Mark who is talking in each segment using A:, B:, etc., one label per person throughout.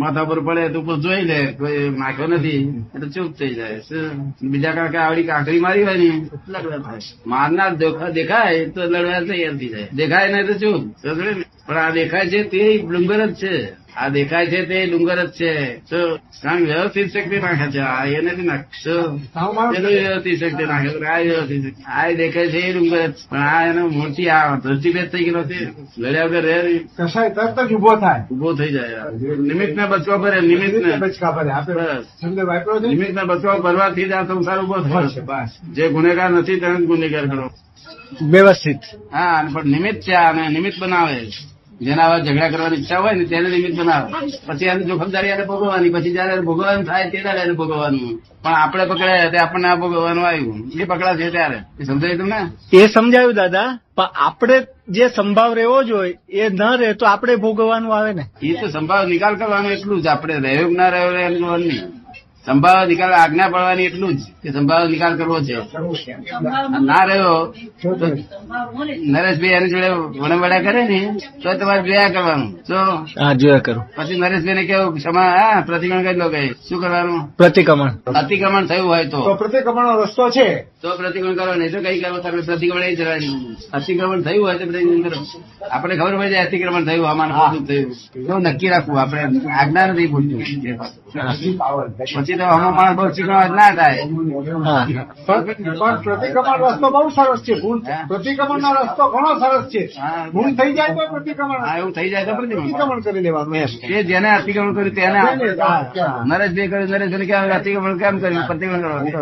A: માથા પર પડે તો પણ જોઈ લે કોઈ નાખ્યો નથી એટલે ચૂપ થઈ જાય શું? બીજા કાંઈ આવડી કાંકરી મારી હોય ને લડવા થાય મારનાર દેખ- દેખાય તો લડવા તૈયાર થઈ જાય દેખાય નહીં તો ચૂપ સમજ્યો ને? પણ આ દેખાય છે તે ડુંગર જ છે આ દેખાય છે તે ડુંગર જ છે શું? કારણ કે વ્યવસ્થિત શક્તિ નાખે છે આ એ નથી નાખશું
B: સાવ માણસ
A: પેલું વ્યવસ્થિત શક્તિ નાખે છે, આ વ્યવસ્થિત શક્તિ. આ દેખાય છે એ ડુંગર જ. પણ આ એનો મૂર્તિ આ ધૃષ્ટિભેદ થઈ ગયેલો છે લડ્યા વગર રહે નહીં.
B: કસાય તરત જ ઉભો થાય
A: ઉભો થઈ જાય નિમિત્ત ને બચવા પડે નિમિત્ત ને
B: બચકા ભરે આપણે
A: બસ.
B: શબ્દ વાપર્યો છે
A: નિમિત્ત ને બચવા ભરવાથી જ આ સંસાર ઉભો
B: ઉભો છે
A: થયો
B: બસ
A: જે ગુનેગાર નથી તેને જ ગુનેગાર કરો
B: વ્યવસ્થિત
A: હા અને પણ નિમિત્ત છે આ અને નિમિત્ત બનાવે જેના આવા ઝઘડા કરવાની ઈચ્છા હોય ને તેને નિમિત્ત બનાવે પછી એની જોખમદારી એને ભોગવવાની પછી જયારે એને ભોગવવાનું થાય તે ત્યારે એને ભોગવવાનું પણ આપણે પકડાયા તે આપણને આ ભોગવવાનું આવ્યું એ પકડાશે ત્યારે એ સમજાય તમને
C: એ સમજાયું દાદા પણ આપણે જે સંભાવ રહેવો જોઈએ એ ન રહે તો આપણે ભોગવવાનું આવે ને
A: એ તો સંભાવ નિકાલ કરવાનો એટલું જ આપણે રહ્યો કે ના રહ્યો એમ ખબર નહીં સંભાવ નિકાલ આજ્ઞા પડવાની એટલું જ કે સંભાવ નિકાલ કરવો છે ના રહ્યો તો નરેશભાઈ એની જોડે વણવડા કરે ને તો તમારે જોયા કરવાનું તો
C: હા જોયા કરો
A: પછી નરેશભાઈ ને કેવું ક્ષમા હા પ્રતિક્રમણ કરી લો કે શું કરવાનું
C: પ્રતિક્રમણ
A: અતિક્રમણ થયું હોય તો
B: તો પ્રતિક્રમણનો રસ્તો છે
A: તો પ્રતિક્રમણ કરો નહીં તો કઈ કરો તમે પ્રતિક્રમણ એ જવાનું અતિક્રમણ થયું હોય તો પ્રતિક્રમણ કરો આપણે ખબર પડી જાય અતિક્રમણ થયું આમાં શું થયું એવું નક્કી રાખવું આપણે આજ્ઞા નથી ભૂલતું પછી તો આમાં પણ બહુ શીખવા ના થાય
C: હા
B: પણ પણ પ્રતિક્રમણ રસ્તો બહુ સરસ છે ભૂલ
A: હા.
B: પ્રતિક્રમણનો રસ્તો ઘણો સરસ છે
A: હા.
B: ભૂલ થઈ જાય તો પ્રતિક્રમણ
A: હા, એવું થઈ જાય તો પ્રતિક્રમણ
B: પ્રતિક્રમણ કરી લેવાનું એમ
A: એ જેને અતિક્રમણ કર્યું તેને આપણે
B: હા.
A: નરેશભાઈ કર્યું નરેશભાઈ કેમ અતિક્રમણ કેમ કર્યું પ્રતિક્રમણ કરો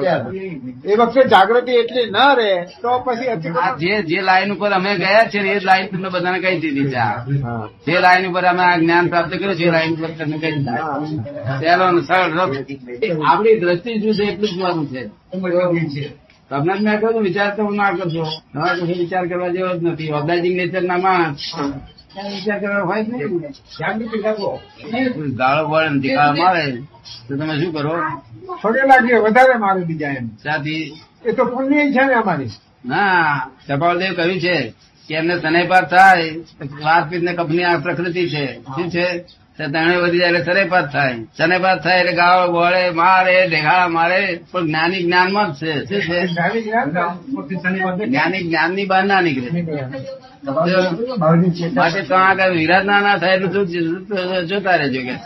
B: એ વખતે જાગૃતિ એટલી ન રહે તો પછી
A: આ
B: અતિક્રમણ
A: જે જે લાઈન ઉપર અમે ગયા છે ને એ જ લાઈન તમને બધાને કહી દીધી છે આ. જે લાઈન ઉપર અમે આ જ્ઞાન પ્રાપ્ત કર્યું છે એ લાઈન ઉપર તમને કહી દીધું પહેલો અને સરળ રસ્તો. આપણી દ્રષ્ટિ શું છે એટલું જ મારું છે તમને જ મેં કહ્યું વિચાર તો ના કરશો તમારે કશું વિચાર કરવા જેવો જ નથી ઓદાજી નેચર ના માણસ ત્યાં વિચાર કરવા હોય જ નહીં
B: જાગૃતિ રાખો
A: ગાળો વળે ને ધિકારો મારે તો તમે શું કરો
B: થોડે લાગીએ વધારે મારે બીજા એમ
A: ત્યાંથી
B: એ તો પુણ્ય છે ને અમારી
A: ના ચપાલદેવ કહ્યું છે કે એમને શનૈપાત થાય વાતપીત ને કફની આ પ્રકૃતિ છે શું છે તો તેણે વધી જાય એટલે શનૈપાત થાય શનૈપાત થાય એટલે ગાળ બોળે મારે ઢેગાળા મારે પણ જ્ઞાની જ્ઞાનમાં જ છે શું
B: જાણી ગયા ને?
A: છે જ્ઞાની જ્ઞાનની બહાર ના નીકળે માટે તો આગળ વિરાધના ના થાય એટલું જો- જોતા રહેજો કે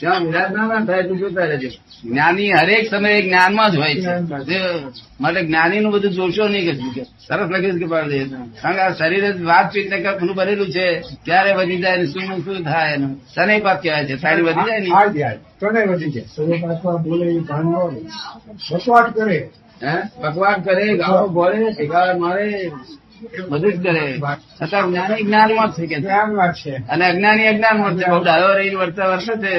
A: ત્યાં વિરાધના ના થાય એટલું જોતા રહેજો જ્ઞાની હરેક સમયે જ્ઞાનમાં જ હોય છે જે માટે જ્ઞાનીનું બધું જોશો નહીં કશું કે સરસ લખીશ કે પાડી દે કારણ કે આ શરીર જ વાતચીત ને કપનું ભરેલું છે ત્યારે વધી જાય ને શું શું થાય એનું શનૈ પાપ કહેવાય છે સારી વધી જાય ને
B: હા, યાર. તો નહીં વધી જાય વસવાટ કરે
A: હે ભગવાન કરે ગાળો ભોળે ભેગા મારે બધું જ કરે છતાં જ્ઞાની જ્ઞાનમાં જ છે કે છે.
B: જ્ઞાન વાત છે
A: અને અજ્ઞાની અજ્ઞાનમાં છે બહુ ડાયો રહીને વર્તા વર્ષે છે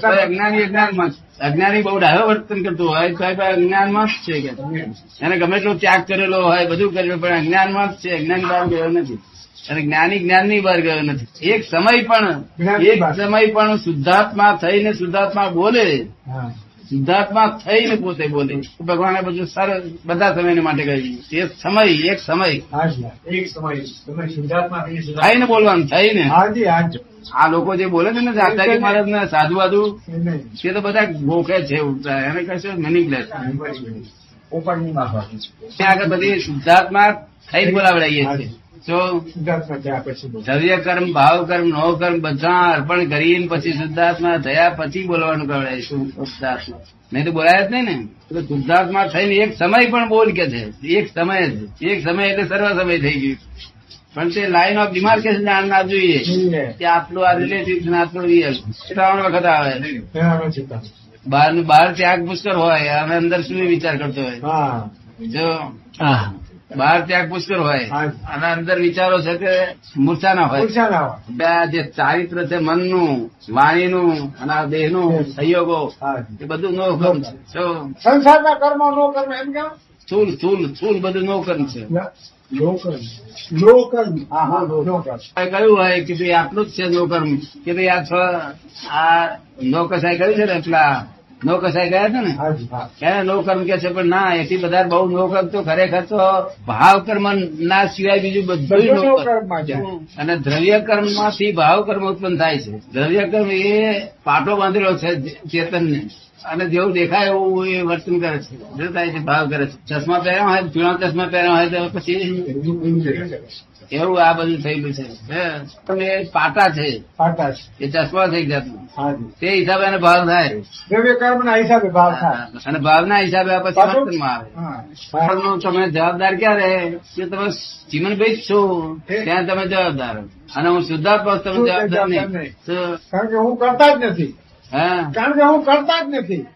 A: તો એ અજ્ઞાની અજ્ઞાનમાં જ. અજ્ઞાની બહુ ડાયો વર્તન કરતું હોય તો એ ભાઈ અજ્ઞાનમાં જ છે કે એને ગમે એટલો ત્યાગ કરેલો હોય બધું કરેલું પણ અજ્ઞાનમાં જ છે અજ્ઞાન બહાર ગયો નથી અને જ્ઞાની જ્ઞાનની બહાર ગયો નથી એક સમય પણ
B: જ્ઞાનની
A: એક
B: બહાર.
A: સમય પણ શુદ્ધાત્મા થઈને શુદ્ધાત્મા બોલે
B: હા.
A: શુદ્ધાત્મા થઈને પોતે બોલે ભગવાને બધું સરસ બધા સમયને માટે કહ્યું એક સમય એક સમય
B: હા જી, હા. એક સમય તમે શુદ્ધાત્મા થઈને શુદ્ધાત્મા-
A: થઈને બોલવાનું થઈને
B: હા જી હા જી.
A: આ લોકો જે બોલે છે ને જાતાજી મહારાજ ને સાધુ વાધુ
B: નહીં.
A: તે તો બધા ભોખે છે ઉડતા એને કશું મેનિપ્યુલેટ ત્યાં આગળ બધી શુદ્ધાત્મા થઈ જ બોલાવડાઈએ છીએ તો
B: શુદ્ધાત્મા થયા પછી બોલો.
A: દ્રવ્ય કર્મ ભાવ કર્મ નો કર્મ બધા અર્પણ કરીને પછી શુદ્ધાત્મા થયા પછી બોલવાનું કહેવાય શુદ્ધાત્મા નહીં તો બોલાય જ નહીં ને એટલે શુદ્ધાત્મા થઈને એક સમય પણ બોલ કે છે એક સમય જ એક સમય એટલે સર્વ સમય થઈ ગયું પણ તે લાઈન ઓફ ડિમાર્કેશન ના જોઈએ
B: જોઈએ.
A: કે આટલું આ રિલેટિવ ને આટલું રિયલ ત્રણ વખત આવે
B: બરાબર છે તમે.
A: બહાર બહાર ત્યાગ પુષ્કર હોય અને અંદર શું વિચાર કરતો હોય
B: હા
A: જો
C: હા
A: બહાર ત્યાગ પુષ્કર હોય
B: હા.
A: અને અંદર વિચારો છે તે મૂર્છા ના હોય
B: પૂછ્યા ના હોય.
A: બે આ જે ચારિત્ર છે મનનું વાણીનું અને આ દેહનું સહયોગો
B: હા જી.
A: એ બધું નો કર્મ છે જો
B: સંસારના કર્મ નો કર્મ એમ કેમ
A: સ્થૂલ સ્થૂલ સ્થૂલ બધું નો કર્મ છે
B: નો કર્મ નો કર્મ હા હા નો કર્મ
A: એ કહ્યું હોય કે ભાઈ આટલું જ છે નો કર્મ કે ભાઈ આ છ આ નો કસાય કહ્યું છે ને એટલા નો કસાઈ ગયા છે ને
B: હા જી, હા.
A: એને નો કર્મ કે છે પણ ના એથી બધા બહુ નો કર્મ તો ખરેખર તો ભાવ કર્મ ના સિવાય બીજું બધું
B: બધું
A: નો
B: કર્મમાં છે.
A: કર્મ અને દ્રવ્ય કર્મ માંથી ભાવ કર્મ ઉત્પન્ન થાય છે દ્રવ્ય કર્મ એ પાટો બાંધેલો છે ચેતનને અને જેવું દેખાય એવું એ વર્તન કરે છે શું થાય છે ભાવ કરે છે ચશ્મા પહેર્યા હોય જૂના ચશ્મા પહેર્યા હોય તો પછી એવું આ બધું થયેલું છે હે. પણ એ પાટા છે
B: આકાશ
A: એ ચશ્મા થઈ જાતનું
B: હા જી
A: તે હિસાબે એને ભાવ થાય
B: દ્રવ્ય કર્મના હિસાબે ભાવ થાય
A: અને ભાવના હિસાબે આ પછી
B: પાછું?
A: વર્તનમાં આવે
B: હા.
A: નો તમે જવાબદાર ક્યારે કે તમે ચીમનભાઈ જ છો ત્યાં તમે જવાબદાર હો. અને હું શુદ્ધાત્મા છું, તમે જવાબદાર નહીં તો,
B: કારણ કે હું કરતા જ નથી
A: હા
B: કારણ કે હું કરતા જ નથી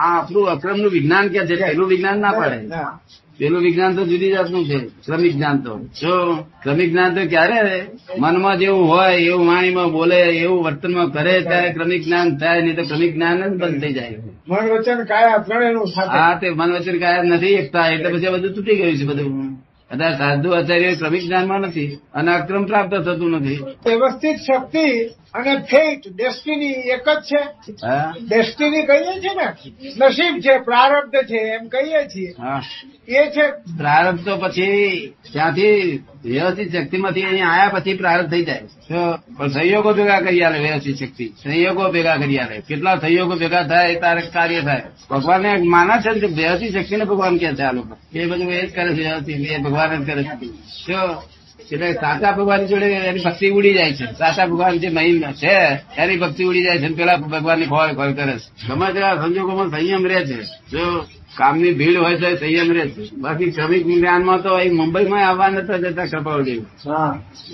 A: આ આપણું અક્રમ નું વિજ્ઞાન ક્યાં છે પેલું વિજ્ઞાન ના પાડે
B: ના.
A: પેલું વિજ્ઞાન તો જુદી જાતનું છે શ્રમિક જ્ઞાન તો જો ક્રમિક જ્ઞાન તો ક્યારે મનમાં જેવું હોય એવું વાણીમાં બોલે એવું વર્તનમાં કરે ત્યારે ક્રમિક જ્ઞાન થાય નહીં તો ક્રમિક જ્ઞાન જ બંધ થઈ જાય
B: મન વચન કાયા ત્રણેયનું સાથે
A: હા તે મન વચન કાયમ નથી એકતા એટલે પછી આ બધું તૂટી ગયું છે બધું અત્યારે સાધુ આચાર્ય ક્રમિક જ્ઞાનમાં નથી અને અક્રમ પ્રાપ્ત થતું નથી
B: વ્યવસ્થિત શક્તિ અને ફેટ ડેસ્ટિની એક જ છે
A: હા
B: ડેસ્ટિની કહીએ છીએ ને નસીબ છે પ્રારબ્ધ છે એમ કહીએ છીએ
A: હા.
B: એ છે
A: પ્રારબ્ધ તો પછી ત્યાંથી વ્યવસ્થિત શક્તિમાંથી અહીં આયા પછી પ્રારબ્ધ થઈ જાય તો પણ સંયોગો ભેગા કરી આલે વ્યવસ્થિત શક્તિ સંયોગો ભેગા કરી આલે કેટલા સંયોગો ભેગા થાય તારે કાર્ય થાય ભગવાનને માના છે ને કે વ્યવસ્થિત શક્તિને ભગવાન કહે છે આ લોકો એ બધું એ જ કરે છે વ્યવસ્થિત એ ભગવાન જ કરે છે જો એટલે સાચા ભગવાન જોડે એની ભક્તિ ઉડી જાય છે સાચા ભગવાન જે મહિમ છે એની ભક્તિ ઉડી જાય છે અને પેલા ભગવાનની ખોળ ખોળ કરે છે ગમે તેવા સંજોગોમાં સંયમ રહે છે જો કામની ભીડ હોય તો સંયમ રહે છે બાકી શ્રમિક જ્ઞાનમાં તો અહીં મુંબઈમાં આવવા નતા જતા કપાવડી
B: હા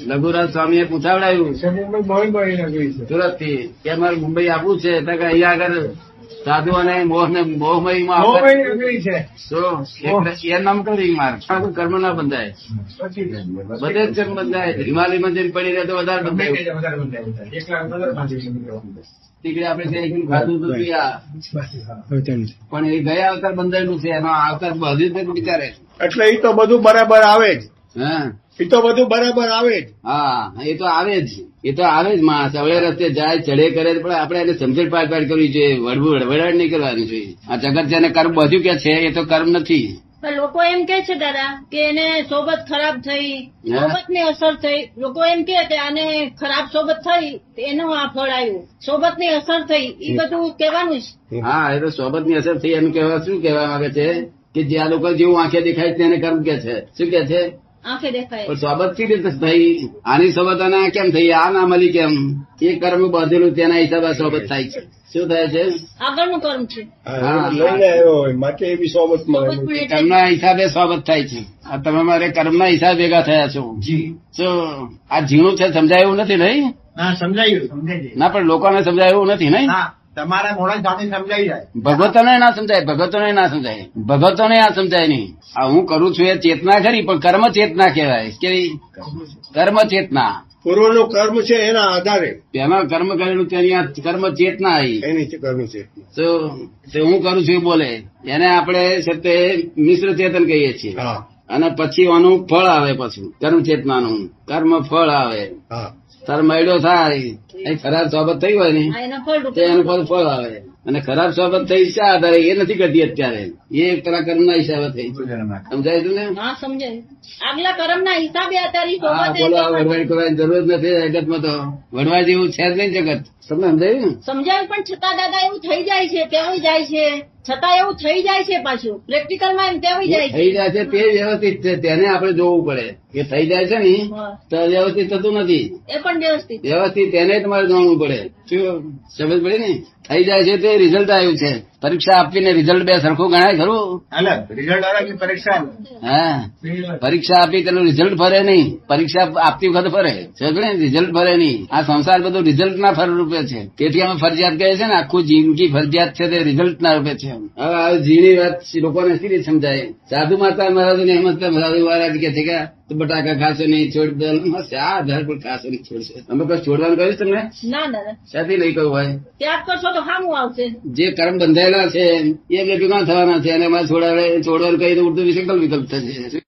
A: લઘુરાજ સ્વામીએ પૂછાવડાયું
B: મુંબઈ મોહી મોહી નગરી છે
A: સુરત થી કે અમારે મુંબઈ આવવું છે એટલે કે અહીંયા આગળ સાધુ અને મોહ ને મોહમયમાં
B: મોહી
A: આવતા-
B: નગરી છે
A: તો એટલે એ નામ કરી માર્ગ કર્મ ના બંધાય
B: પછી
A: બધે જ કર્મ બંધાય હિમાલયમાં જઈને પડી રહે તો વધારે બંધાય ટીકડી આપણે ત્યાં એકદમ ખાધું હતું ત્યાં. પણ એ ગયા અવતાર બંધાયેલું છે એનો આ અવતાર હજી તક વિચારે છે.
C: એટલે એ તો બધું બરાબર આવે જ
A: હા
C: એ તો બધું બરાબર આવે જ
A: હા એ તો આવે જ એ તો આવે જ માણસ હવે રસ્તે જાય ચડે કરે પણ આપણે એને સમજણ પાર પાડ કરવી જોઈએ વડવું વડવડાટ નહીં કરવાની જોઈએ આ જગત જેને કર્મ બધું કે છે એ તો કર્મ નથી
D: પણ લોકો એમ કે છે દાદા કે એને સોબત ખરાબ થઈ
A: હા.
D: સોબત ની અસર થઈ લોકો એમ કે કે આને ખરાબ સોબત થઈ તો એનું આ ફળ આવ્યું સોબત ની અસર થઈ એ બધું કહેવાનું છે
A: હા એ તો સોબત ની અસર થઈ એમ કહેવા શું કહેવા માંગે છે કે જે આ લોકો જેવું આંખે દેખાય છે એને કર્મ કે છે શું કે છે
D: આંખે દેખાય
A: પણ સોબત કેવી રીતે થઈ આની સોબત અને આ કેમ થઈ આ ના મળી કેમ એ કર્મ બાંધેલું તેના હિસાબે સોબત થાય છે શું થાય છે
D: આગળનું કર્મ છે
A: હા.
C: લઈને આવ્યો હોય માટે એવી સોબત મળે
D: સોબત પણ એટલે
A: કર્મના હિસાબે સોબત થાય છે આ તમે મારે કર્મના હિસાબે ભેગા થયા છો તો આ ઝીણું છે સમજાય એવું નથી નહીં
E: ના સમજાયું સમજાઈ
A: ના પણ લોકોને સમજાય એવું નથી નહીં
E: ના તમારા મોડા સાથે સમજાઈ જાય
A: ભગવતોને ના સમજાય ભગવતોને ના સમજાય ભગવતોને આ સમજાય નહીં આ હું કરું છું એ ચેતના ખરી પણ કર્મ ચેતના કહેવાય કેવી કર્મ ચેતના
C: પૂર્વનું કર્મ છે એના આધારે
A: તેમાં કર્મ કરેલું તેની આ કર્મ ચેતના આવી
C: એની કર્મ છે
A: તો તે હું કરું છું એ બોલે એને આપણે છે તે મિશ્ર ચેતન કહીએ છીએ
C: હા
A: અને પછી આનું ફળ આવે પછી કર્મ ચેતનાનું કર્મ ફળ આવે
C: હા
A: તાર મયડો થાય એ ખરાબ સોબત થઈ હોય ને
D: આ એના ફળ
A: તે એનું
D: રૂપે
A: ફળ ફળ આવે અને ખરાબ સોબત થઈ શા આધારે એ નથી કરતી અત્યારે એ પેલા કર્મના હિસાબે થઈ છે. સમજાય છે ને
D: હા સમજાય આગલા કર્મ ના હિસાબે અત્યારે ઈ
A: હા
D: સોબત એ
A: બોલો આ
D: કહેવાનું.
A: વડવાઈ કરવાની જરૂર જ નથી જગતમાં તો વડવા જેવું છે જ નહીં જગત તમને સમજાયું ને
D: સમજાય પણ છતાં દાદા એવું થઈ જાય છે કહેવાય જાય છે છતાં એવું થઈ જાય છે પાછું પ્રેક્ટિકલમાં એમ કહેવાય જાય છે
A: થઈ જાય છે તે વ્યવસ્થિત છે તેને આપણે જોવું પડે કે થઈ જાય છે ને
D: હા.
A: તો વ્યવસ્થિત થતું નથી
D: એ પણ વ્યવસ્થિત
A: વ્યવસ્થિત તેને તમારે જાણવું પડે શું સમજ પડી ને થઈ જાય છે તે રિઝલ્ટ આવ્યું છે પરીક્ષા આપીને રિઝલ્ટ બે સરખું ગણાય ખરું
E: અલગ રિઝલ્ટ અલગ ની પરીક્ષા અલગ.
A: હા પરીક્ષા આપી તેનું રિઝલ્ટ ફરે નહીં પરીક્ષા આપતી વખત ફરે સમજ ને રિઝલ્ટ ફરે નહીં આ સંસાર બધું રિઝલ્ટ ના ફર રૂપે છે તેથી અમે ફરજિયાત કહે છે ને આખું જિંદગી ફરજિયાત છે તે રિઝલ્ટ ના રૂપે છે હવે આ ઝીણી વાત લોકોને શી રીતે સમજાય સાધુ માતા મહારાજ ને હેમંત સાધુ મહારાજ કે છે કે તો બટાકા ખાશો નહીં છોડ દો. મસ્ત, આ આધાર પર ખાશો નહીં છોડશે અમે કઈ છોડવાનું કહ્યું છે તમને
D: ના દાદા
A: ક્યાંથી લઈ કહ્યું હોય
D: ત્યાગ કરશો તો સામું આવશે
A: જે કર્મ બંધાયેલા છે એ બે ભેગા થવાના છે અને અમારે છોડાવે છોડવાનું કહીને ઉડતું વિકલ્પ વિકલ્પ થશે